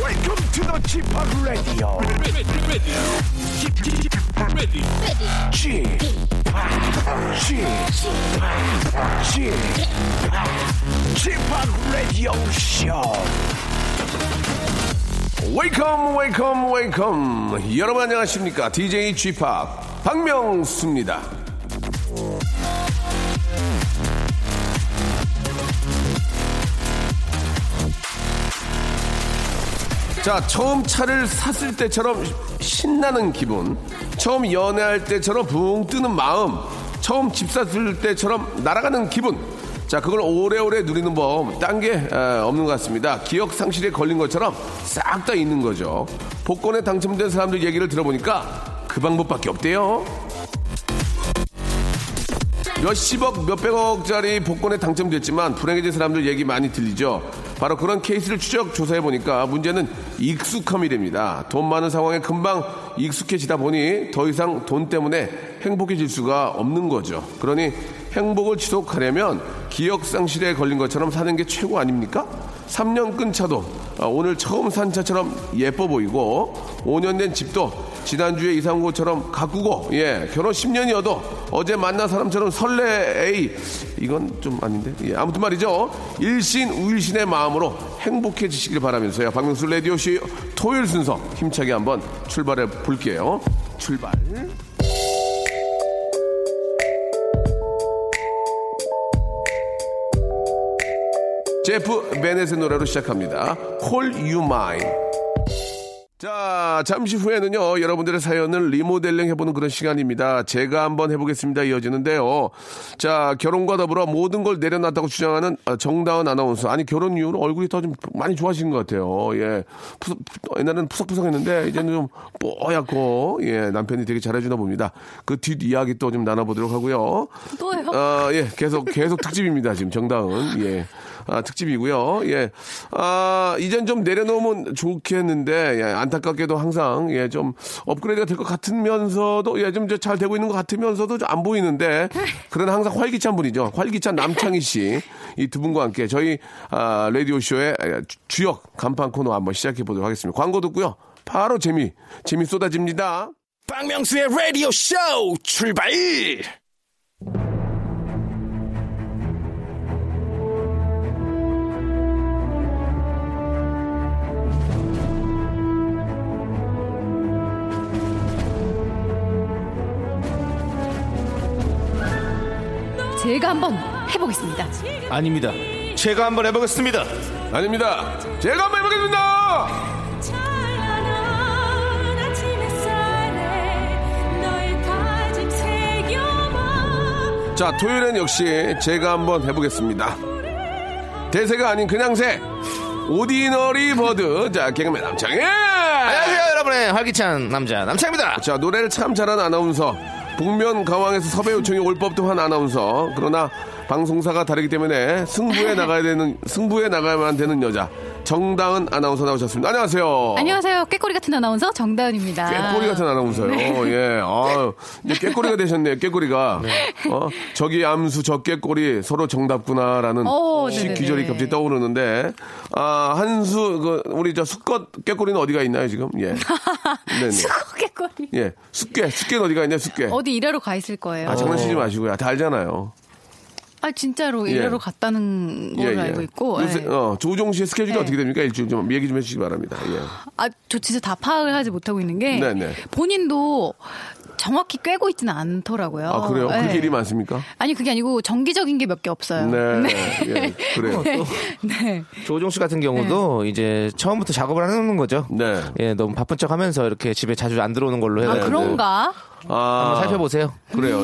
Welcome to the Chip Radio. Chip Chip Chip Radio Show. Welcome, welcome, welcome. 여러분 안녕하십니까? DJ Chip 박명수입니다. 자, 처음 차를 샀을 때처럼 신나는 기분, 처음 연애할 때처럼 붕 뜨는 마음, 처음 집 샀을 때처럼 날아가는 기분. 자, 그걸 오래오래 누리는 법, 딴 게 없는 것 같습니다. 기억 상실에 걸린 것처럼 싹 다 있는 거죠. 복권에 당첨된 사람들 얘기를 들어보니까 그 방법밖에 없대요. 몇십억, 몇백억짜리 복권에 당첨됐지만 불행해진 사람들 얘기 많이 들리죠. 바로 그런 케이스를 추적 조사해 보니까 문제는 익숙함이 됩니다. 돈 많은 상황에 금방 익숙해지다 보니 더 이상 돈 때문에 행복해질 수가 없는 거죠. 그러니 행복을 지속하려면 기억 상실에 걸린 것처럼 사는 게 최고 아닙니까? 3년 끈 차도 아, 오늘 처음 산 차처럼 예뻐 보이고 5년 된 집도 지난주에 이사 온 것처럼 가꾸고 예 결혼 10년이어도 어제 만난 사람처럼 설레 에이 이건 좀 아닌데 예, 아무튼 말이죠 일신 우일신의 마음으로 행복해지시길 바라면서요 박명수 라디오 씨 토요일 순서 힘차게 한번 출발해 볼게요 출발 제프 베넷의 노래로 시작합니다. Call You Mine. 자, 잠시 후에는요, 여러분들의 사연을 리모델링 해보는 그런 시간입니다. 제가 한번 해보겠습니다. 이어지는데요. 자, 결혼과 더불어 모든 걸 내려놨다고 주장하는 아, 정다은 아나운서. 아니, 결혼 이후로 얼굴이 더 좀 많이 좋아진 것 같아요. 예. 푸석, 푸- 옛날에는 푸석푸석했는데, 이제는 좀 뽀얗고, 예, 남편이 되게 잘해주나 봅니다. 그 뒷이야기 또 좀 나눠보도록 하고요. 또요? 아, 예, 계속, 계속 특집입니다, 지금 정다은. 예. 아, 특집이고요. 예. 아, 이젠 좀 내려놓으면 좋겠는데, 예, 안타깝게도 항상, 예, 좀 업그레이드가 될 것 같으면서도, 예, 좀 잘 되고 있는 것 같으면서도 좀안 보이는데, 그런 항상 활기찬 분이죠. 활기찬 남창희 씨. 이 두 분과 함께 저희, 아, 라디오쇼의 주- 주역 간판 코너 한번 시작해 보도록 하겠습니다. 광고 듣고요. 바로 재미, 재미 쏟아집니다. 박명수의 라디오 쇼 출발! 제가 한번 해보겠습니다. 아닙니다. 제가 한번 해보겠습니다. 아닙니다. 제가 한번 해보겠습니다! 찬란한 아침 햇살에 너의 다짐 새겨봐 자, 토요일엔 역시 제가 한번 해보겠습니다. 대세가 아닌 그냥 새. 오디너리 버드. 자, 개그맨 남창희. 안녕하세요, 여러분의 활기찬 남자 남창입니다. 자, 노래를 참 잘하는 아나운서. 북면 가왕에서 섭외 요청이 올 법도 한 아나운서. 그러나 방송사가 다르기 때문에 승부에 나가야 되는, 승부에 나가야만 되는 여자. 정다은 아나운서 나오셨습니다. 안녕하세요. 안녕하세요. 깨꼬리 같은 아나운서 네. 정다은입니다. 꾀꼬리 같은 아나운서요. 예. 아, 이제 꾀꼬리가 되셨네요. 꾀꼬리가. 어, 저기 암수 저 꾀꼬리 서로 정답구나라는 오, 시 네네네. 기절이 갑자기 떠오르는데 아, 한수 그 우리 저 수컷 꾀꼬리는 어디가 있나요, 지금? 예. 네, 네. 깨꼬리. 예. 숙괴. 숙괴는 어디가 있냐, 숙괴. 어디 어. 일하러 가 있을 거예요. 네. 아, 장난치지 마시고요. 다 알잖아요. 아, 진짜로 예. 일하러 갔다는 걸로 알고 있고. 요새, 예. 어, 조종 씨의 스케줄이 예. 어떻게 됩니까? 일주일 좀 얘기 좀 해주시기 바랍니다. 예. 아, 저 진짜 다 파악을 하지 못하고 있는 게 네네. 본인도 정확히 꿰고 있지는 않더라고요. 아, 그래요? 예. 그렇게 일이 많습니까? 아니 그게 아니고 정기적인 게 몇 개 없어요. 네. 예, 그래요. 네. 조종 씨 같은 경우도 이제 처음부터 작업을 하는 거죠. 네. 예, 너무 바쁜 척 하면서 이렇게 집에 자주 안 들어오는 걸로 해서 아 그런가? 아, 한번 살펴보세요. 그래요.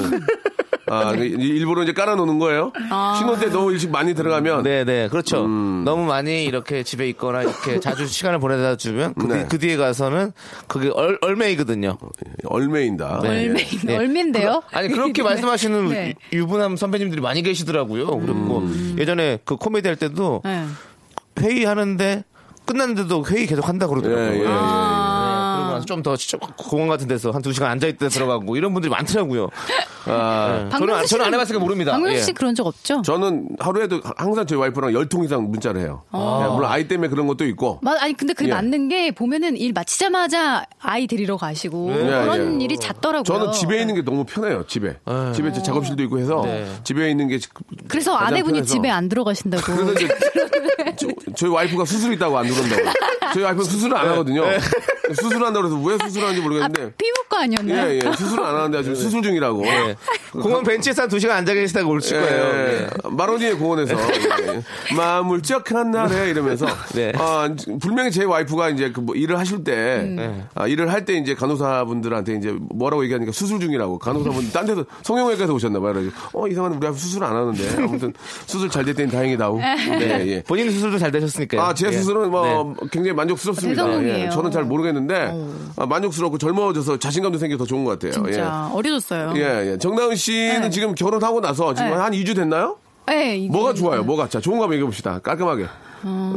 아, 그 일부러 이제 깔아놓는 거예요? 신혼 때 너무 일찍 많이 들어가면 네네 그렇죠. 너무 많이 이렇게 집에 있거나 이렇게 자주 시간을 보내다 주면 그, 뒤- 네. 그 뒤에 가서는 그게 얼, 얼매이거든요. 얼매인다. 네. 얼매, 네. 얼민데요? 아니 그렇게 말씀하시는 네. 유부남 선배님들이 많이 계시더라고요. 그리고 예전에 그 코미디 할 때도 네. 회의하는데 끝났는데도 회의 계속 한다 그러더라고요. 예, 예, 예. 아. 그러고 나서 좀더 공원 같은 데서 한 두 시간 앉아 있다 들어가고 뭐 이런 분들이 많더라고요. 아, 저는, 안- 네. 박명수 저는 씨는- 안 해봤으니까 모릅니다. 박명수 예. 씨 그런 적 없죠? 저는 하루에도 항상 저희 와이프랑 열 통 이상 문자를 해요. 예, 물론 아이 때문에 그런 것도 있고. 맞, 아니 근데 그게 예. 맞는 게 보면은 일 마치자마자 아이 데리러 가시고 그런 예, 예. 일이 잦더라고요. 저는 집에 네. 있는 게 너무 편해요. 집에 집에 제 작업실도 있고 해서 집에 있는 게 지- 그래서 가장 아내분이 편해서. 집에 안 들어가신다고. 그래서 이제 저- 저희 와이프가 수술 있다고 안 들어온다고. 저희 와이프 는 수술을 안 하거든요. 수술한다고 해서 왜 수술하는지 아, 모르겠는데. 피부과 아니었나요? 그 예, 예. 수술을 안 하는데 아주 수술 중이라고. 예. 공원 벤치에서 한 두 시간 앉아 계시다가 오실 거예요. 예. 예. 마로니에 공원에서 예. 마음을 쩍한 날에 이러면서 네. 아, 분명히 제 와이프가 이제 그뭐 일을 하실 때 음. 아, 네. 일을 할 때 이제 간호사분들한테 이제 뭐라고 얘기하니까 수술 중이라고 간호사분 딴 데서 성형외과에서 오셨나 봐요. 그래서 어 이상한 우리 와이프 수술 안 하는데 아무튼 수술 잘 됐더니 다행이다. 네, 예. 본인 수술도 잘 되셨으니까요. 아, 제 예. 수술은 네. 뭐 굉장히 만족스럽습니다. 아, 예, 대성공이에요. 어. 저는 잘 모르겠는데 아, 만족스럽고 젊어져서 자신감도 생겨서 좋은 것 같아요. 진짜 어려졌어요. 어, 예. 예, 예. 정다은 씨는 네. 지금 결혼하고 나서 지금 네. 한 2주 됐나요? 예, 이게- 어. 뭐가 좋아요? 뭐가? 자, 좋은 거 한번 얘기해 봅시다. 깔끔하게.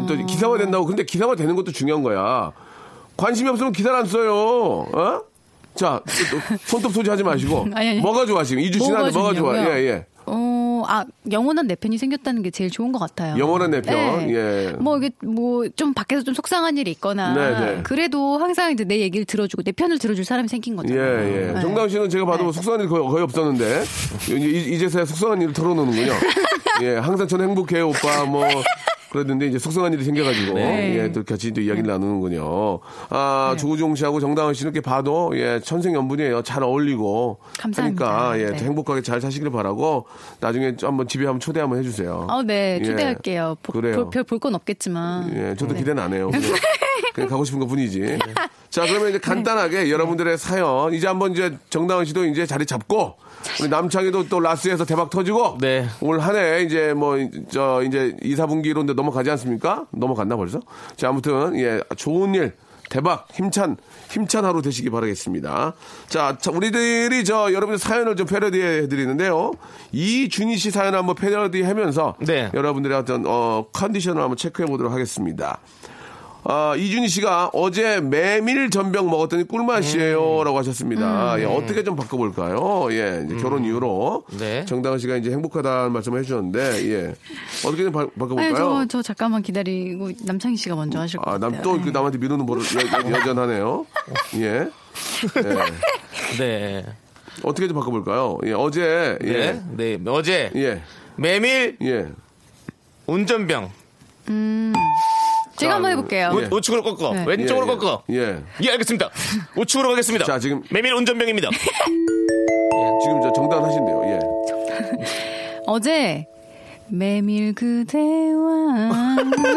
또 기사화 된다고. 근데 기사화 되는 것도 중요한 거야. 관심이 없으면 기사를 안 써요. 어? 자, 또- 또 손톱 소지 하지 마시고. 아니, 아니. 뭐가 좋아, 지금? 2주 뭐가 지났는데 뭐가 좋아? 좋냐고요? 예, 예. 어, 아, 영원한 내 편이 생겼다는 게 제일 좋은 것 같아요. 영원한 내 편, 예. 뭐 이게 뭐 좀 밖에서 좀 속상한 일이 있거나 네, 네. 그래도 항상 이제 내 얘기를 들어주고 내 편을 들어줄 사람이 생긴 거죠. 예, 예. 네. 정다은 씨는 제가 봐도 속상한 일 거의, 거의 없었는데, 이- 이제서야 속상한 일을 털어놓는군요. 예, 항상 저는 행복해요, 오빠, 뭐. 그랬는데 이제 속상한 일이 생겨가지고 네. 예, 또 같이 또 이야기를 나누는군요. 아 조우종 씨하고 정다은 씨는 이렇게 봐도 예 천생연분이에요. 잘 어울리고 감사합니다. 그러니까 예 네. 행복하게 잘 사시길 바라고 나중에 좀 한번 집에 한번 초대 한번 해주세요. 어, 네, 예. 초대할게요. 보- 그래요. 볼- 별 볼 건 없겠지만. 예, 저도 기대는 안 해요. 그냥, 그냥 가고 싶은 것 뿐이지. 자, 그러면 이제 간단하게 여러분들의 사연 이제 한번 이제 정다은 씨도 이제 자리 잡고 우리 남창희도 또 라스에서 대박 터지고 네. 올 한 해 이제 뭐 저 이제 이사분기로 이제 넘어가지 않습니까? 넘어갔나 벌써? 자, 아무튼 예, 좋은 일. 대박 힘찬 힘찬 하루 되시기 바라겠습니다. 자, 자, 우리들이 저 여러분들 사연을 좀 패러디해 드리는데요. 이준희 씨 사연 한번 패러디하면서 네. 여러분들의 어떤 어, 컨디션을 한번 체크해 보도록 하겠습니다. 아, 이준희 씨가 어제 메밀 전병 먹었더니 음. 꿀맛이에요라고 하셨습니다. 예, 어떻게 좀 바꿔볼까요? 예, 이제 결혼 이후로 네. 정다은 씨가 이제 행복하다는 말씀을 해주셨는데 예, 어떻게 좀 바, 꿔볼까 아니, 예, 요 저, 저 잠깐만 기다리고 남창희 씨가 먼저 하실 것 아, 같아요. 네. 남 또 그 남한테 미루는 버릇 여- 여- 여전하네요. 예. 네. 어떻게 좀 바꿔볼까요? 예, 어제 예, 네. 네. 어제 예, 메밀 예. 운전병 제가 한번 해볼게요. 예. 우, 측으로 꺾어 네. 왼쪽으로 예, 예. 꺾어 예. 예. 알겠습니다 우측으로 가겠습니다 자, 지금- 메밀 운전병입니다 지금 저 정단 하신대요. 예. 어제 메밀 그대와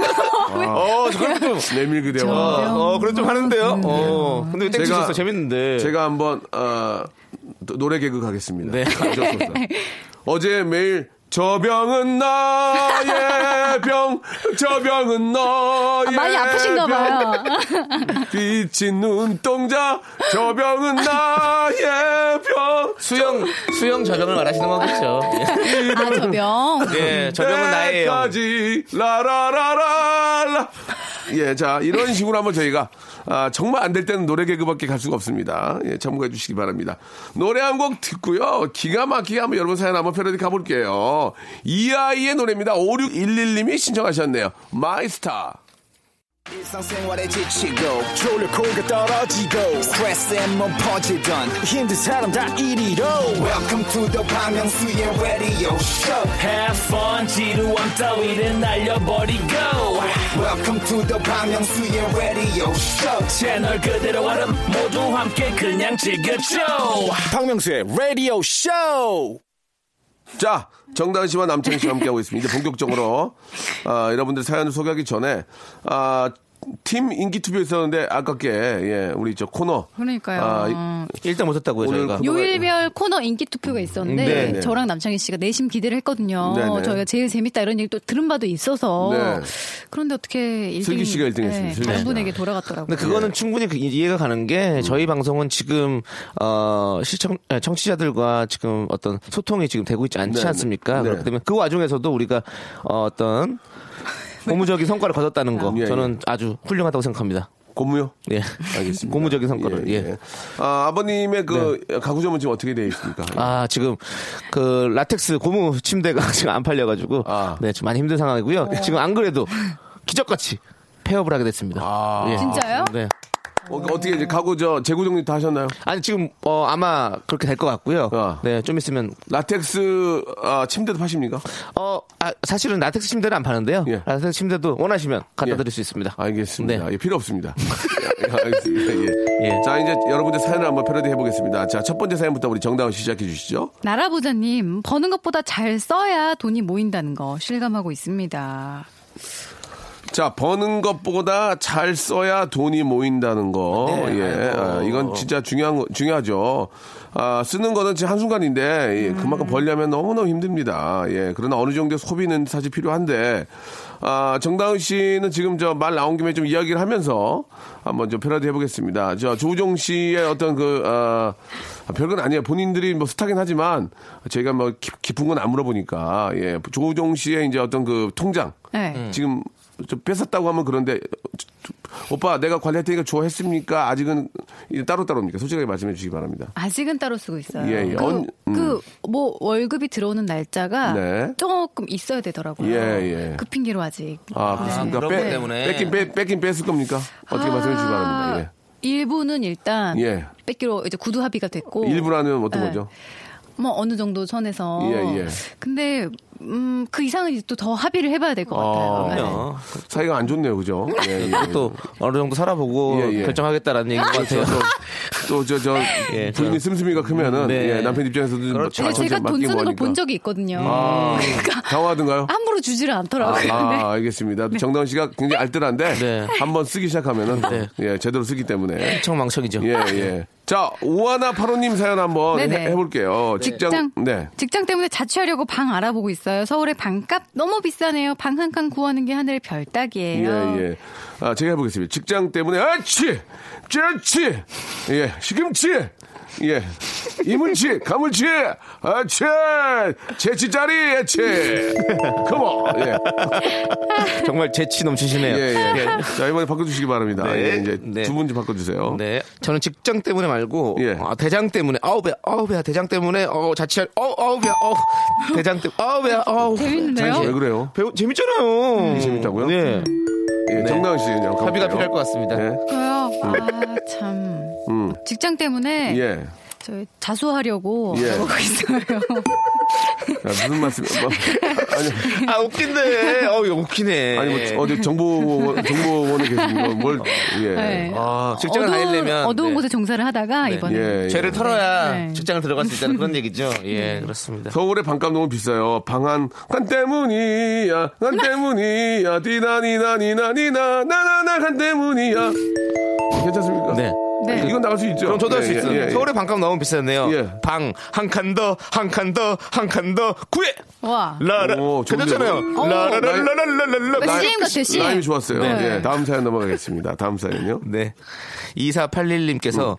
어 잠깐 좀 메밀 그대와 어, 아, 어 그럼 좀 네. 하는데요 어 근데 땡치셨어 재밌는데 제가 한번 어, 노- 노래 개그 가겠습니다. 네. 아, 좋았어. 어제 매일 저 병은 나의 병, 저 병은 너의 아, 많이 아프신가 봐요. 비친 눈동자, 저 병은 나의 병. 수영 수영 저병을 말하시는 거겠죠 아, 저병. 예 네, 저병은 나예요 때까지 라라라라라. 예, 자 이런 식으로 한번 저희가 아, 정말 안 될 때는 노래 개그밖에 갈 수가 없습니다. 예, 참고해 주시기 바랍니다. 노래 한 곡 듣고요. 기가 막히게 한번 여러분 사연 한번 패러디 가볼게요. 이 아이의 노래입니다. 5611님이 신청하셨네요. 마이스타. 일상생활에 지치고, 졸려 코가 떨어지고, 스트레스에 몸 퍼지던, 힘든 사람 다 이리로. oh. welcome to the Bang Myung-soo's radio show Have fun 지루함 따위를 날려버리고 welcome to the Bang Myung-soo's radio show 채널 그대로 와름 모두 함께 그냥 즐겨줘 박명수의 radio show 자, 정다은 씨와 남창희 씨와 함께하고 있습니다. 이제 본격적으로, 아, 여러분들 사연을 소개하기 전에, 아, 팀 인기 투표 있었는데 아깝게 예, 우리 저 코너 그러니까요. 아, 일단 못했다고요 오늘 저희가. 그- 요일별 코너 인기 투표가 있었는데 네, 네. 저랑 남창희 씨가 내심 기대를 했거든요. 네, 네. 저희가 제일 재밌다 이런 얘기 또 들은 바도 있어서 네. 그런데 어떻게 1등 슬기 씨가 일등 했습니다. 슬기 다른 씨가. 분에게 돌아갔더라고요. 근데 예. 그거는 충분히 그 이해가 가는 음. 게 저희 방송은 지금 어 시청 아, 청취자들과 지금 어떤 소통이 지금 되고 있지 않지 네, 않습니까? 네. 그렇기 때문에 그 와중에서도 우리가 어, 어떤 고무적인 성과를 거뒀다는 거 예, 예. 저는 아주 훌륭하다고 생각합니다. 고무요. 예. 알겠습니다. 고무적인 성과를. 예, 예. 예. 아, 아버님의 그 가구점은 지금 어떻게 되어 있습니까? 아, 지금 그 라텍스 고무 침대가 지금 안 팔려 가지고 아. 네, 좀 많이 힘든 상황이고요. 지금 안 그래도 기적같이 폐업을 하게 됐습니다. 아. 예. 진짜요? 네. 어, 어떻게 이제 가구 저 재고 정리 다 하셨나요? 아니 지금 어 아마 그렇게 될 것 같고요. 어. 네, 좀 있으면 라텍스 아, 침대도 파십니까? 어, 아, 사실은 라텍스 침대는 안 파는데요. 예. 라텍스 침대도 원하시면 갖다 예. 드릴 수 있습니다. 알겠습니다. 네. 예, 필요 없습니다. 예, 알겠습니다. 예. 예. 자, 이제 여러분들 사연을 한번 패러디 해보겠습니다. 자, 첫 번째 사연부터 우리 정다운 씨 시작해 주시죠. 나라부자님 버는 것보다 잘 써야 돈이 모인다는 거 실감하고 있습니다. 자, 버는 것보다 잘 써야 돈이 모인다는 거. 네, 예. 아, 이건 진짜 중요한, 거- 중요하죠. 아, 쓰는 거는 진짜 한순간인데, 예, 그만큼 벌려면 너무너무 힘듭니다. 예. 그러나 어느 정도 소비는 사실 필요한데, 아, 정다은 씨는 지금 저 말 나온 김에 좀 이야기를 하면서 한번 좀 패러디 해보겠습니다. 저 조우종 씨의 어떤 그, 아, 별건 아니에요. 본인들이 뭐 스타긴 하지만, 저희가 뭐 깊- 깊은 건 안 물어보니까, 예. 조우종 씨의 이제 어떤 그 통장. 네. 음. 지금 좀 뺏었다고 하면 그런데 오빠 내가 관리할 테니까 좋아했습니까? 아직은 따로 따로입니까? 솔직하게 말씀해 주시기 바랍니다. 아직은 따로 쓰고 있어요. 예, 예. 그, 언- 음. 그 뭐 월급이 들어오는 날짜가 네. 조금 있어야 예, 되더라고요. 예. 그 핑계로 아직. 네. 아 그렇습니까? 그런 것 때문에. 뺏긴 뺏, 뺏긴 뺏을 겁니까? 아. 어떻게 말씀해 주시기 바랍니다. 일부는 일단 예. 뺏기로 이제 구두 합의가 됐고 예. 일부라는 어떤 네. 거죠? 뭐 어느 정도 선에서 예, 예. 근데 음, 그 이상은 또 더 합의를 해봐야 될 것 아, 같아요. 네. 어, 사이가 안 좋네요, 그죠? 예, 예. 또 어느 정도 살아보고 예, 그렇죠. 예. 결정하겠다라는 얘기인 것 같아요. 또저 저 예, 부인이 씀씀이가 크면은 네. 예, 남편 입장에서도 좀 그렇죠. 아, 근데 제가 전체 돈 맡기고 쓰는 걸 하니까. 본 적이 있거든요. 아, 그러니까 당황하던가요? 함부로 주지를 않더라고요. 네. 아, 알겠습니다. 정다은 씨가 굉장히 알뜰한데 네. 한번 쓰기 시작하면은 네. 예, 제대로 쓰기 때문에 엄청 예, 망청이죠. 예. 자, 오하나 파로님 사연 한번 네네. 해, 볼게요 직장, 직장 네. 직장 때문에 자취하려고 방 알아보고 있어요. 서울의 방값 너무 비싸네요. 방 한 칸 구하는 게 하늘의 네. 예, 별따기예요. 예. 아, 제가 해보겠습니다. 직장 때문에, 아치! 쩔치! 예, 시금치! 예. 이문치! 가물치! 아치! 제치짜리! 아치! 컴온! 예. 정말 재치 넘치시네요. 예, 예. 자, 이번에 바꿔주시기 바랍니다. 네. 예, 이제 네. 두 분 좀 바꿔주세요. 네. 저는 직장 때문에 말고 예. 아, 대장 때문에 아우 배야 아우 배야 대장 때문에 어 자취할 어 아우 배야 어 대장 때문에 아우 배야 아우 재밌는데요? 왜 그래요? 배우 재밌잖아요. 재밌다고요? 네. 예, 정다은 씨 그냥 가볼게요. 합의가 필요할 것 같습니다. 예. 그래요? 음. 아, 참. 음. 직장 네. 때문에 예. 저 자수하려고 예. 하고 있어요. 아, 무슨 말씀, 뭐, 아니, 아 웃긴데. 어 이거 웃기네. 아니 예. 뭐 어디 정보 정보원에 계신 거뭘 예. 네. 아, 직장을 다니려면 어두운 네. 곳에 종사를 하다가 네. 이번에 예, 예. 죄를 털어야 네. 직장을 들어갈 수 있다는 그런 얘기죠. 예, 그렇습니다. 서울의 반값 너무 비싸요. 방한 간 때문이야. 간 때문이야. 디나니나니나니나 나나나 간 때문이야. 괜찮습니까? 네. 네. 이건 나갈 수 있죠. 그럼 저도 할 수 예, 있어요. 예, 예. 서울의 반값 너무 비쌌네요. 예. 방 한 칸 더, 한 칸 더, 한 칸 더, 구해! 와. 라라. 오, 좋은데요? 괜찮잖아요. 오. 라라라라라라라. 나- CM 네, 같아요, CM. 라임이 좋았어요. 네. 예, 다음 사연 넘어가겠습니다. 다음 사연요. 네. 2481님께서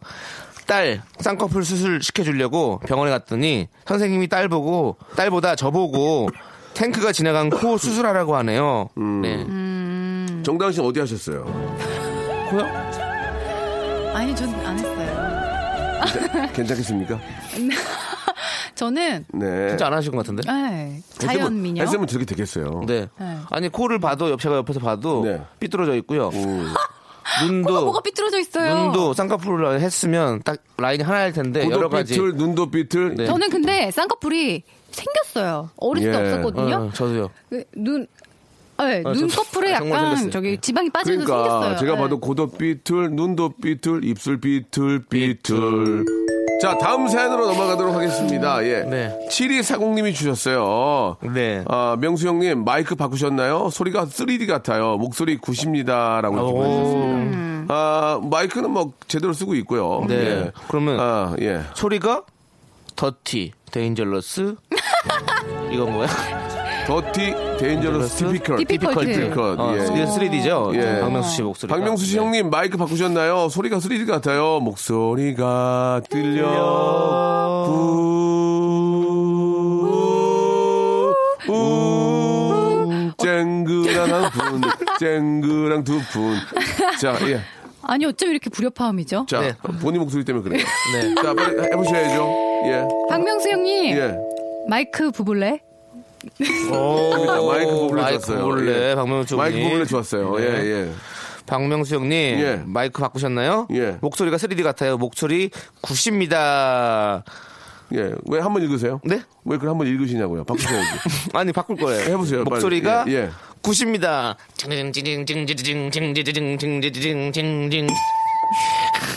딸 쌍꺼풀 수술 시켜주려고 병원에 갔더니 선생님이 딸 보고 딸보다 저 보고 탱크가 지나간 코 수술하라고 하네요. 음. 네. 음. 정다은 씨 어디 하셨어요? 아니, 저는 안 했어요. 괜찮겠습니까? 저는 네. 진짜 안 하신 것 같은데? 네, 자연 미녀. 했으면 저렇게 되겠어요. 네. 네. 아니 코를 봐도 옆 제가 옆에서 봐도 네. 음. 삐뚤어져 있고요. 코가 눈도 뭐가 삐뚤어져 있어요. 눈도 쌍꺼풀을 했으면 딱 라인이 하나일 텐데 네, 여러 코도 가지. 삐뚤, 눈도 삐뚤. 네. 저는 근데 쌍꺼풀이 생겼어요. 어릴 때 예. 없었거든요. 어, 저도요. 그 눈, 네, 저- 눈꺼풀에 아, 정말 약간 생겼어요. 저기 지방이 빠지면서 그러니까 생겼어요. 예. 제가 네. 봐도 고도 삐뚤, 눈도 삐뚤, 입술 삐뚤, 삐뚤. 자, 다음 사연으로 넘어가도록 하겠습니다. 예. 네. 7240님이 주셨어요. 네. 아, 명수 형님, 마이크 바꾸셨나요? 소리가 3D 같아요. 목소리 90입니다. 아, 라고 이렇게 보내주셨습니다. 음. 아, 마이크는 뭐 제대로 쓰고 있고요. 네. 예. 그러면- 아, 예. 소리가 더티, 데인절러스 이건 뭐야? 더티 데인저러스 디피컬, 스피컬. 디피컬트. 디피컬트. 어, 예. 이게 3D죠. 예. 박명수 씨 네. 목소리. 박명수 씨 형님 마이크 바꾸셨나요? 소리가 3D 같아요. 목소리가 어. 들려. 우. 우. 쨍그랑 한 분, 쨍그랑 두 분. 자, 예. 아니 어쩜 이렇게 불협화음이죠? 자, 네. 본인 목소리 때문에 그래요. 네. 자, 빨리 해보셔야죠. 예. 박명수 형님 예. 마이크 부블레 재밌다. 어, 그러니까 마이크 보블레 좋았어요. 래 예. 네, 박명수 형님. 마이크 보블레 좋았어요. 예, 네. 예. 박명수 형님 예. 마이크 바꾸셨나요? 예. 목소리가 3D 같아요. 목소리 90입니다. 예. 왜 한 번 읽으세요? 네? 왜 그걸 한 번 읽으시냐고요. 바꾸셔야지. 아니 바꿀 거예요. 해보세요, 빨리. 목소리가 예, 예. 90입니다. 징징징징징징징징징징징징징징.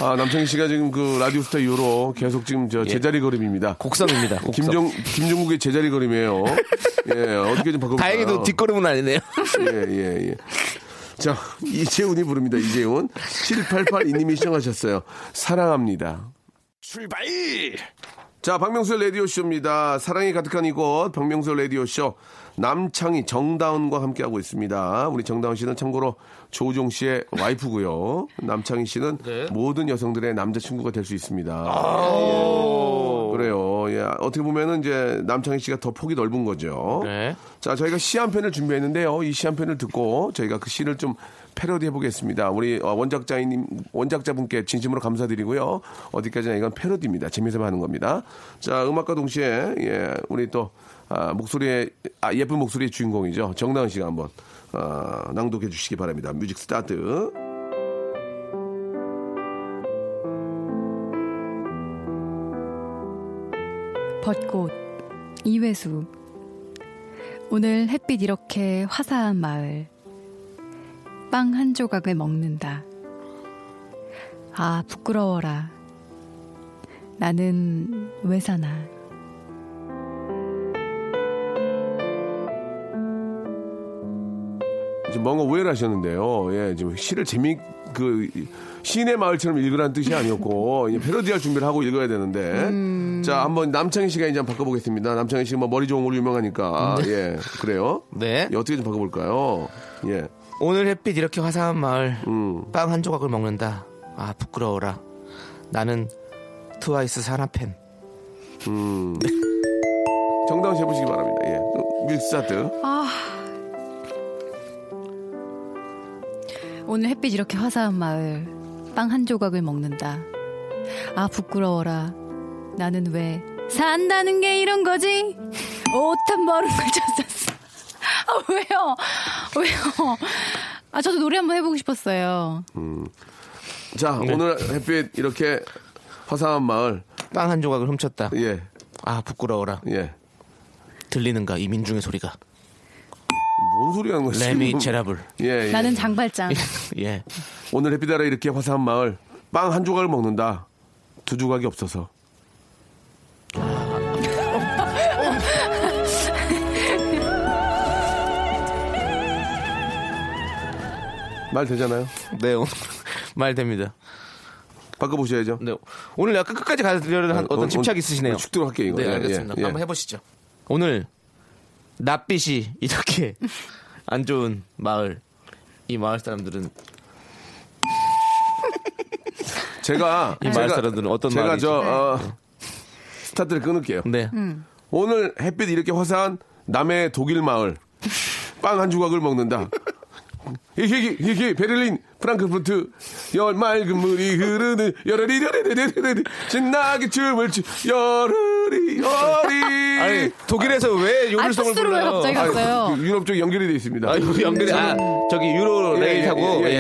아, 남창희 씨가 지금 그 라디오스타 이후로 계속 지금 예. 저 제자리 걸음입니다. 곡성입니다. 곡성. 김종 김종국의 제자리 걸음이에요. 예, 어떻게 좀 바꿔. 다행히도 뒷걸음은 아니네요. 예, 예, 예. 자, 이재훈이 부릅니다. 이재훈 7882님이 시청하셨어요. 사랑합니다. 출발! 자, 박명수의 라디오쇼입니다. 사랑이 가득한 이곳, 박명수의 라디오쇼. 남창희 정다운과 함께하고 있습니다. 우리 정다운 씨는 참고로 조우종 씨의 와이프고요. 남창희 씨는 모든 여성들의 남자친구가 될 수 있습니다. 예. 그래요. 예. 어떻게 보면은 이제 남창희 씨가 더 폭이 넓은 거죠. 네. 자, 저희가 시 한 편을 준비했는데요. 이 시 한 편을 듣고 저희가 그 시를 좀 패러디해 보겠습니다. 우리 어, 원작자님, 원작자분께 진심으로 감사드리고요. 어디까지나 이건 패러디입니다. 재미있어 하는 겁니다. 자, 음악과 동시에, 예, 우리 또, 아, 목소리의, 아, 예쁜 목소리의 주인공이죠. 정다은 씨가 한번, 아, 낭독해 주시기 바랍니다. 뮤직 스타트. 벚꽃 이회수 오늘 햇빛 이렇게 화사한 마을 빵 한 조각을 먹는다 아 부끄러워라 나는 왜 사나 지금 뭔가 오해를 하셨는데요. 예, 지금 시를 재미 그 시인의 마을처럼 읽으라는 뜻이 아니었고 이제 패러디할 준비를 하고 읽어야 되는데 자 한번 남창희 씨가 이제 한번 바꿔보겠습니다. 남창희 씨뭐 머리 좋은 걸로 유명하니까 예 그래요. 네. 예, 어떻게 좀 바꿔볼까요? 예, 오늘 햇빛 이렇게 화사한 마을 음, 빵 한 조각을 먹는다. 아 부끄러워라. 나는 트와이스 산하팬. 음. 정다운 씨 해보시기 바랍니다. 예, 밀스타트. 오늘 햇빛 이렇게 화사한 마을 빵 한 조각을 먹는다 아 부끄러워라 나는 왜 산다는 게 이런 거지 옷한 벌음을 쳤었어 아 왜요 왜요 아 저도 노래 한번 해보고 싶었어요 자 오늘 햇빛 이렇게 화사한 마을. 빵 한 조각을 훔쳤다. 예, 아 부끄러워라. 예. 들리는가 이민중의 소리가. 뭔 소리 하는 거지? 레미제라블. 예, 예. 나는 장발장 예. 오늘 햇빛 아래 이렇게 화사한 마을 빵 한 조각을 먹는다 두 조각이 없어서 말 되잖아요 네 오늘 말 됩니다. 바꿔보셔야죠 네 오늘 약간 끝까지 가려는 한 어떤 오늘- 집착이 있으시네요. 오늘 죽도록 할게요 이거 네 예, 알겠습니다. 예, 예. 한번 해보시죠. 오늘 낯빛이 이렇게 안 좋은 마을 이 마을 사람들은 제가 이 마을 사람들은 어떤 제가 마을이죠? 저 어, 스타트를 끊을게요 네 오늘 햇빛 이렇게 화사한 남해 독일 마을 빵 한 조각을 먹는다. 히히히 히히 베를린 프랑크푸르트 열 맑은 물이 흐르는 열흘이 열흘이 신나게 춤을 추 열흘이 열이 아니 독일에서 왜 아 요일성을 팝스로 왜 불러요? 갑자기 갔어요 그 유럽 쪽 연결이 돼 있습니다. 아, 요 연결이 아 저기 유로 예, 레일 타고 예, 예,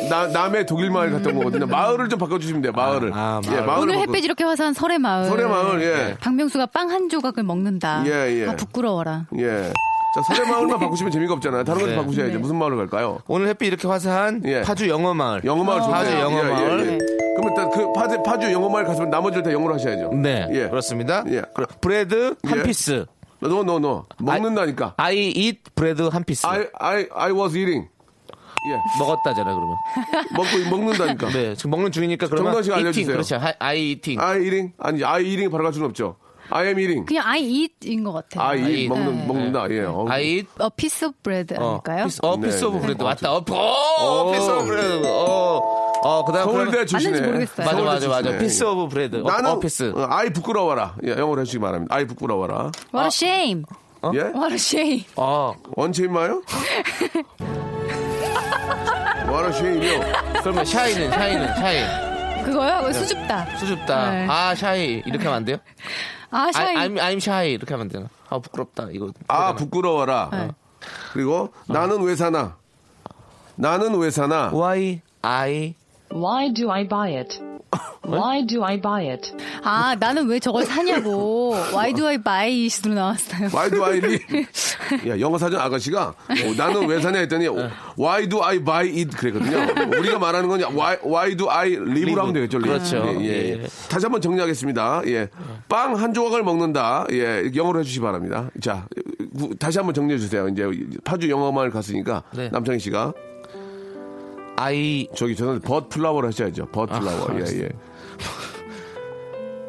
예. 나, 남해 독일 마을 갔던 거거든요. 마을을 좀 바꿔주시면 돼요. 마을을. 아, 마을. 예, 마을을 오늘 바꿔- 햇빛 이렇게 화사한 설의 마을 네. 설의 마을 예. 박명수가 빵 한 조각을 먹는다 예, 예. 아 부끄러워라 예. 자 설의 마을만 바꾸시면 재미가 없잖아요. 다른 것도 네. 바꾸셔야죠. 무슨 마을로 갈까요? 오늘 햇빛 이렇게 화사한 예. 파주 영어 마을 영어 마을 좋네요. 파주 예, 영어 예, 마을 예. 그럼 일단 그 파주, 파주 영어말 가서 나머지를 다 영어로 하셔야죠. 네, 예. 그렇습니다. 예. 그럼 브레드 한 예. 피스. 노, 노, 노. 먹는다니까. I eat 브레드 한 피스. I, I, I was eating. 예. 먹었다잖아 그러면. 먹고, 먹는다니까. 네, 지금 먹는 중이니까 그러면 그러니까. 정다은 씨가 eating 알려주세요. 그렇죠. I- I eating. I eating? 아니, I eating 바로 갈 수는 없죠. I am eating. 그냥 I eat인 것 같아요. I eat. eat. 먹는, 먹는다. 예. 어, 네. I eat A piece of bread 아닐까요? 피스, 어, 네, 피스 오브 네. 브레드 맞다. 어, 어, 피스 오브 브레드. 어, 어, 그다음 서울대 출신에. 맞는지 모르겠어요. 맞아, 서울대 맞아, 맞아. 출신에. 피스 오브 브레드. 어, 나는 어, 피스. 어, 아이 부끄러워라. 예, 영어로 해주시기 바랍니다. 아이 부끄러워라. What a shame. 예? What a shame. 어, 원체인마요? 와라 쉐이요. 그러면 샤이는 샤이는 샤이. 그거요? 예. 그거 수줍다. 수줍다. 네. 아, 샤이 이렇게 하면 안 돼요? 아, 아, 샤이. I'm I'm 샤이 이렇게 하면 안 되나? 아, 부끄럽다. 이거. 아 부끄러워라. 그리고 나는 왜 사나? 나는 왜 사나? Why I Why do I buy it? Why do I buy it? 아, 나는 왜 저걸 사냐고. Why do I buy 이시로 나왔어요. Why do I live? 야, 영어 사전 아가씨가 어, 나는 왜 사냐 했더니 어, Why do I buy it? 그랬거든요. 우리가 말하는 건 why, why do I live로 하면 되겠죠. live. 그렇죠. 예, 예, 예. 예. 다시 한번 정리하겠습니다. 예. 빵 한 조각을 먹는다. 예. 영어로 해주시기 바랍니다. 자, 구- 다시 한번 정리해주세요. 이제 파주 영어마을 갔으니까 네. 남창희 씨가 I 저기 저는 벗 플라워를 하셔야죠. 벗 플라워. 예, 예.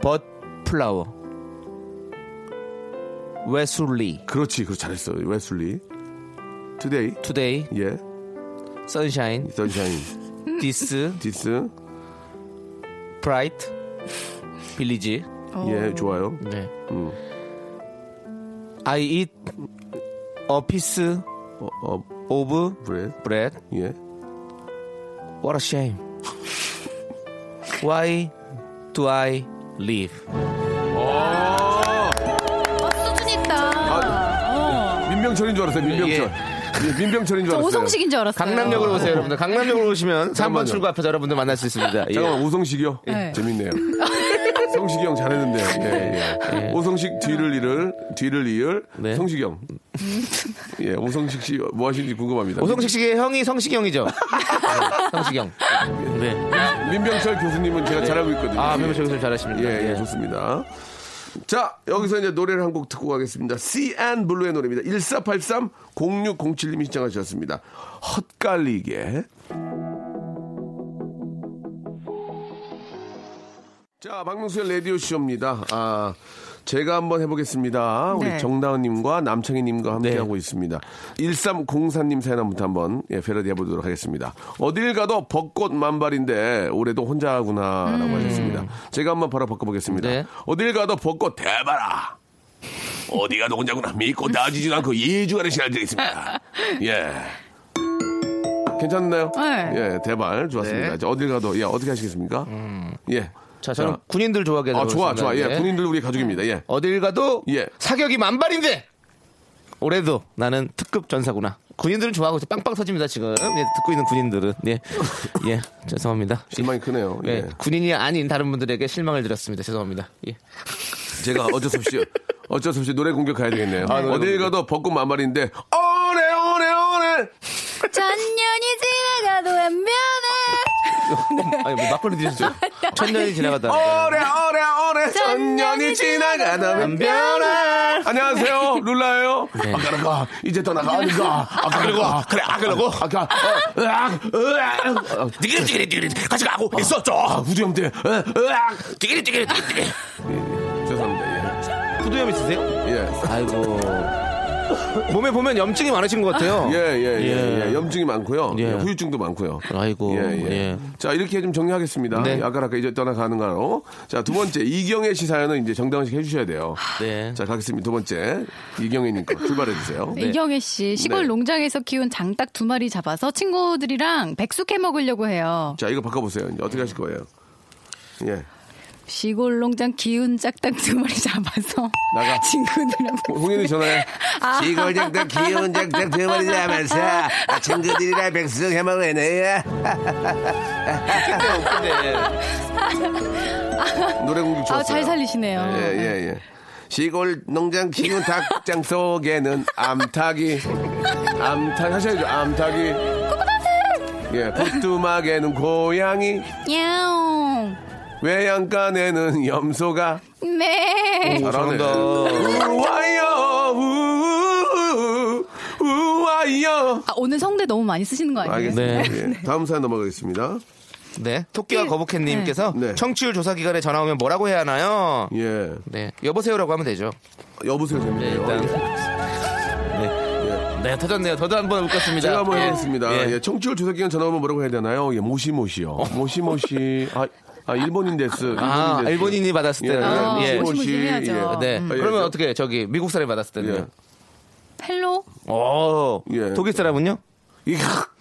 but flower. 웨슬리 그렇지. 그렇지. 잘했어. 웨슬리. 투데이. today 예. sunshine 선샤인. this 디스. 어. bright village. 예, 좋아요. 네. 음. I eat a piece 어, 어, of 브레드. bread. 예. What a shame. Why do I live? 아, 수준 있다. 어. 민병철인 줄 예. 알았어요. 민병철. 예, 민병철인 줄 저 알았어요. 오성식인 줄 알았어요. 강남역으로 오세요, 여러분들. 강남역으로 오시면 3번 잠깐만요. 출구 앞에서 여러분들 만날 수 있습니다. 예. 잠깐만 오성식이요. 네. 재밌네요. 성식이 형 잘했는데요. 예, 예. 오성식 뒤를 이을 뒤를 이을 네. 성식이 형. 예, 오성식 씨 뭐 하시는지 궁금합니다. 오성식 씨의 형이 성식이 형이죠. 네, 성식이 형. 네. 민병철 교수님은 제가 잘 알고 있거든요. 아, 매우 저기서 잘하십니다. 예, 예, 예. 좋습니다. 자, 여기서 이제 노래를 한 곡 듣고 가겠습니다. CN 블루의 노래입니다. 1483-0607님이 신청하셨습니다. 헛갈리게. 자, 박명수의 라디오쇼입니다. 아, 제가 한번 해보겠습니다. 우리 네. 정다은님과 남창희님과 함께하고 있습니다. 1304님 사연부터 한번 예, 패러디 해보도록 하겠습니다. 어딜 가도 벚꽃 만발인데 올해도 혼자구나라고 하셨습니다. 제가 한번 바로 바꿔보겠습니다. 네. 어딜 가도 벚꽃 대바라. 어디 가도 혼자구나. 믿고 따지지도 않고 예주가는 신할들이 있습니다. 예. 괜찮나요? 네. 예, 대발 좋았습니다. 네. 자, 어딜 가도 예, 어떻게 하시겠습니까? 예. 자, 저는 군인들 좋아하게 아, 좋아, 해드리겠습니다. 좋아. 예, 네. 군인들 우리 가족입니다. 예. 어딜 가도 예. 사격이 만발인데 올해도 나는 특급 전사구나. 군인들은 좋아하고 있어요. 빵빵 터집니다 지금 예, 듣고 있는 군인들은 예, 예 죄송합니다. 실망이 크네요. 예, 예. 군인이 아닌 다른 분들에게 실망을 드렸습니다. 죄송합니다. 예. 제가 어쩔 수 없이 어쩔 수 없이 노래 공격 가야 되겠네요. 노래 어딜 가도 벚꽃 만발인데 오래 오래 오래 전년이 지나가도 웬면해. 아니 뭐 막걸리 드셨죠? 천년이 지나가다. 오래 오래 오래 천년이 지나가다 변해 안녕하세요 룰라예요. 아까라가 이제 떠나가니까 아까라고 그래 아까라고 아까 으악 으악 띠그리 띠그리 띠그리 같이 가고 있었죠 우주 형들 으악 띠그리 띠그리 띠그리 죄송합니다. 후두염 있으세요? 예. 예. 아이고 몸에 보면 염증이 많으신 것 같아요. 예, 예, 예, 예. 예. 염증이 많고요. 예. 예, 후유증도 많고요. 아이고, 예. 자, 이렇게 좀 정리하겠습니다. 네. 아까 아까 이제 떠나가는 거로. 자, 두 번째 이경혜 씨 사연은 이제 정당식 해주셔야 돼요. 네. 자, 가겠습니다. 두 번째 이경혜님 거 출발해 주세요. 네. 이경혜 씨, 시골 네. 농장에서 키운 장딱 두 마리 잡아서 친구들이랑 백숙 해 먹으려고 해요. 자, 이거 바꿔보세요. 이제 어떻게 하실 거예요? 예. 시골 농장 키운 짝딱 두 마리 잡아서 나가. 친구들하고 홍현이 전화해. 아. 이걸 장딱 귀여운 장딱 대머리 잡아서 친구들이랑 백숙 해먹으네. 노래 공격 좋았어요. 아, 잘 살리시네요. 예, 예, 예. 시골 농장 키운 닭장 속에는 암탉이. 암탉 하셔야죠. 암탉이. 예, 부뚜막에는 고양이. 야옹. 외양간에는 염소가 네. 잘하네. 잘한다. 우와요 우, 우, 우와요. 아, 오늘 성대 너무 많이 쓰시는 거 아니에요? 알겠습니다. 네. 예. 다음 사연 넘어가겠습니다. 네. 토끼와 거북해님께서 네. 청취율 조사 기간에 전화 오면 뭐라고 해야 하나요? 예. 네. 여보세요라고 하면 되죠. 여보세요. 네, 재밌네요. 일단. 네. 네, 터졌네요. 저도 한번 웃겼습니다. 제가 한번 해보겠습니다. 예. 어. 예, 청취율 조사기간 전화 오면 뭐라고 해야 되나요? 예, 모시모시요. 모시모시. 아, 아 일본인 데스. 일본인 아, 데스. 일본인이 받았을 때는. 아, 예. 모시모시. 해야죠. 네. 음. 그러면 예. 어떻게, 저기, 미국 사람이 받았을 때는. 헬로? 어, 예. 독일 사람은요? 예. 이각.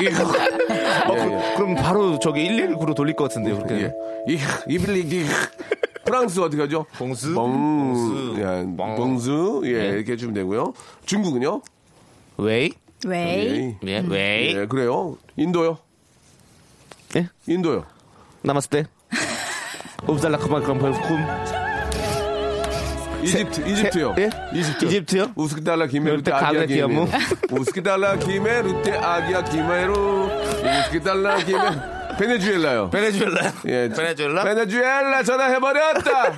이각. 어, 그, 럼 바로 저기 119로 돌릴 것 같은데요. 그렇게. 예. 이각. 이블릭 이각. 프랑스 어떻게 하죠? 봉수? 봉수. 봉수. 예, 봉. 봉수. 예, 예. 이렇게 해주면 되고요. 중국은요? 웨이? 웨이? 예. 예, 웨이? 예, 그래요. 인도요? 예? 인도요. 남았을 때? 옵살라 그만 그럼 벌쿰 이집트, 이집트요. 예? 이집트. 이집트요? 우스키달라 김에 그럴 때 루테 아기야 가베 김에. 디아무. 우스키달라 김에 루테 아기야 김에로. 우스키달라 김에 베네수엘라요. 베네수엘라 예. 베네수엘라 베네수엘라 전화해버렸다.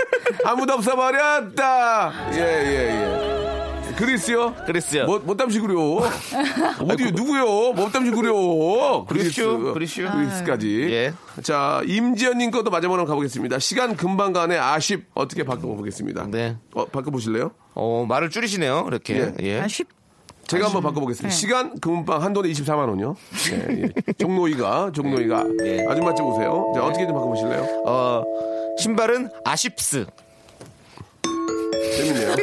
아무도 없어버렸다. 예, 예, 예. 그리스요? 그리스요. 뭐, 못 담시구려. 어디, 누구요? 못 담시구려. 그리스요, 그리스요. 그리스까지. 예. 자, 임지연님 것도 마지막으로 한번 가보겠습니다. 시간 금방 가네. 아쉽. 어떻게 바꿔보겠습니다. 네. 어, 바꿔보실래요? 어, 말을 줄이시네요 이렇게 예. 예. 아, 쉽. 제가 한번 바꿔보겠습니다. 시간 금방 한 돈에 24만 원요. 예, 예. 종로이가 종로이가 예. 아줌마집 오세요. 자 어떻게 좀 바꿔보실래요? 어, 신발은 아쉽스 재밌네요.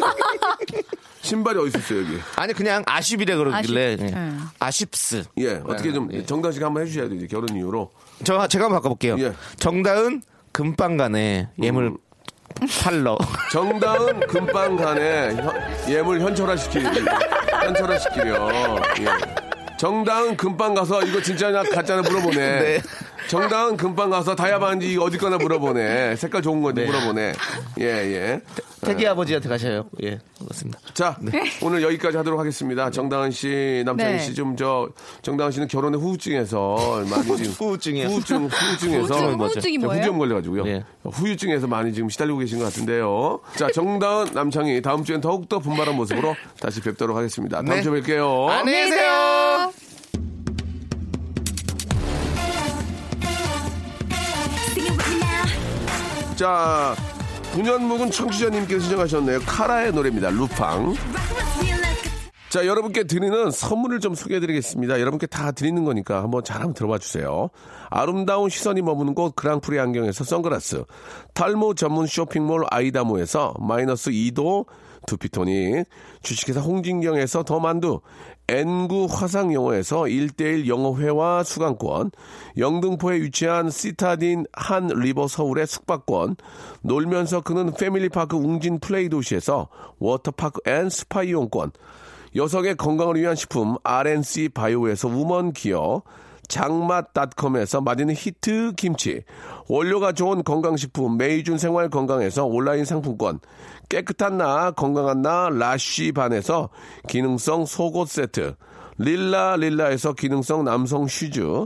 신발이 어디 있어요 여기? 아니 그냥 아쉽이래 그러길래 아쉽. 예. 아쉽스 예 어떻게 좀 정당 씨가 한번 해주셔야 돼요 이제 결혼 이후로. 저 제가 한번 바꿔볼게요 예. 정다은 금빵간에 예물 음. 팔러 정당은 금방 간에 현- 예물 현철화시키려. 현철화시키려. 예. 정당은 금방 가서 이거 진짜냐 가짜냐 물어보네. 네. 정당은 금방 가서 다이아 반지 이거 어디 거나 물어보네. 색깔 좋은 건지 물어보네. 예, 예. 태기 아버지한테 가셔요 예 그렇습니다 자, 오늘 여기까지 하도록 하겠습니다. 정다은 씨, 남창희 네. 씨, 좀 저, 정다은 씨는 결혼의 후유증에서 많이 지금. 후유증이요? 후유증, 후유증에서. 후유증, 뭐죠? 후유증이 네, 뭐예요? 후두염 걸려가지고요. 예. 후유증에서 많이 지금 시달리고 계신 것 같은데요. 자, 정다은 남창희, 다음 주엔 더욱더 분발한 모습으로 다시 뵙도록 하겠습니다. 다음 네. 주에 뵐게요. 안녕히 계세요 자, 분연 묵은 청취자님께서 신청하셨네요. 카라의 노래입니다. 루팡. 자, 여러분께 드리는 선물을 좀 소개해 드리겠습니다. 여러분께 다 드리는 거니까 한번 잘 한번 들어봐 주세요. 아름다운 시선이 머무는 곳 그랑프리 안경에서 선글라스. 탈모 전문 쇼핑몰 아이다모에서 마이너스 2도 두피토닉. 주식회사 홍진경에서 더 만두. N구 화상영어에서 1대1 영어회화 수강권, 영등포에 위치한 시타딘 한 리버 서울의 숙박권, 놀면서 그는 패밀리파크 웅진 플레이 도시에서 워터파크 앤 스파 이용권, 여성의 건강을 위한 식품 RNC 바이오에서 우먼 기어 장맛닷컴에서 맛있는 히트 김치 원료가 좋은 건강식품 메이준 생활 건강에서 온라인 상품권 깨끗한 나 건강한 나 라쉬 반에서 기능성 속옷 세트 릴라 릴라에서 기능성 남성 슈즈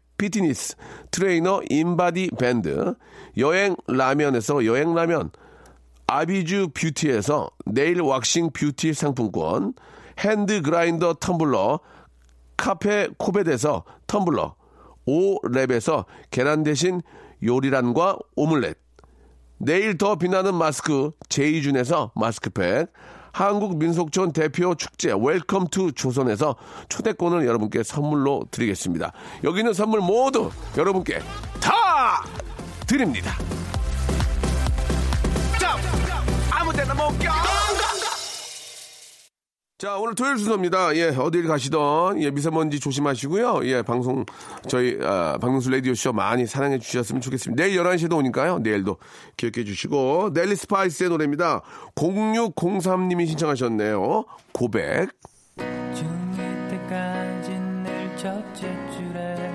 피트니스, 트레이너 인바디 밴드, 여행 라면에서 여행 라면, 아비주 뷰티에서 네일 왁싱 뷰티 상품권, 핸드 그라인더 텀블러, 카페 코벳에서 텀블러, 오랩에서 계란 대신 요리란과 오믈렛, 내일 더 빛나는 마스크 제이준에서 마스크팩, 한국 민속촌 대표 축제 웰컴 투 조선에서 초대권을 여러분께 선물로 드리겠습니다. 여기 있는 선물 모두 여러분께 다 드립니다. 자, 오늘 토요일 순서입니다. 예, 어딜 가시던, 예, 미세먼지 조심하시고요. 예, 방송, 저희, 아, 박명수 라디오쇼 많이 사랑해 주셨으면 좋겠습니다. 내일 11시에도 오니까요. 내일도 기억해 주시고. 넬리 스파이스의 노래입니다. 0603님이 신청하셨네요. 고백. 중 이때까진 늘 첫째 줄에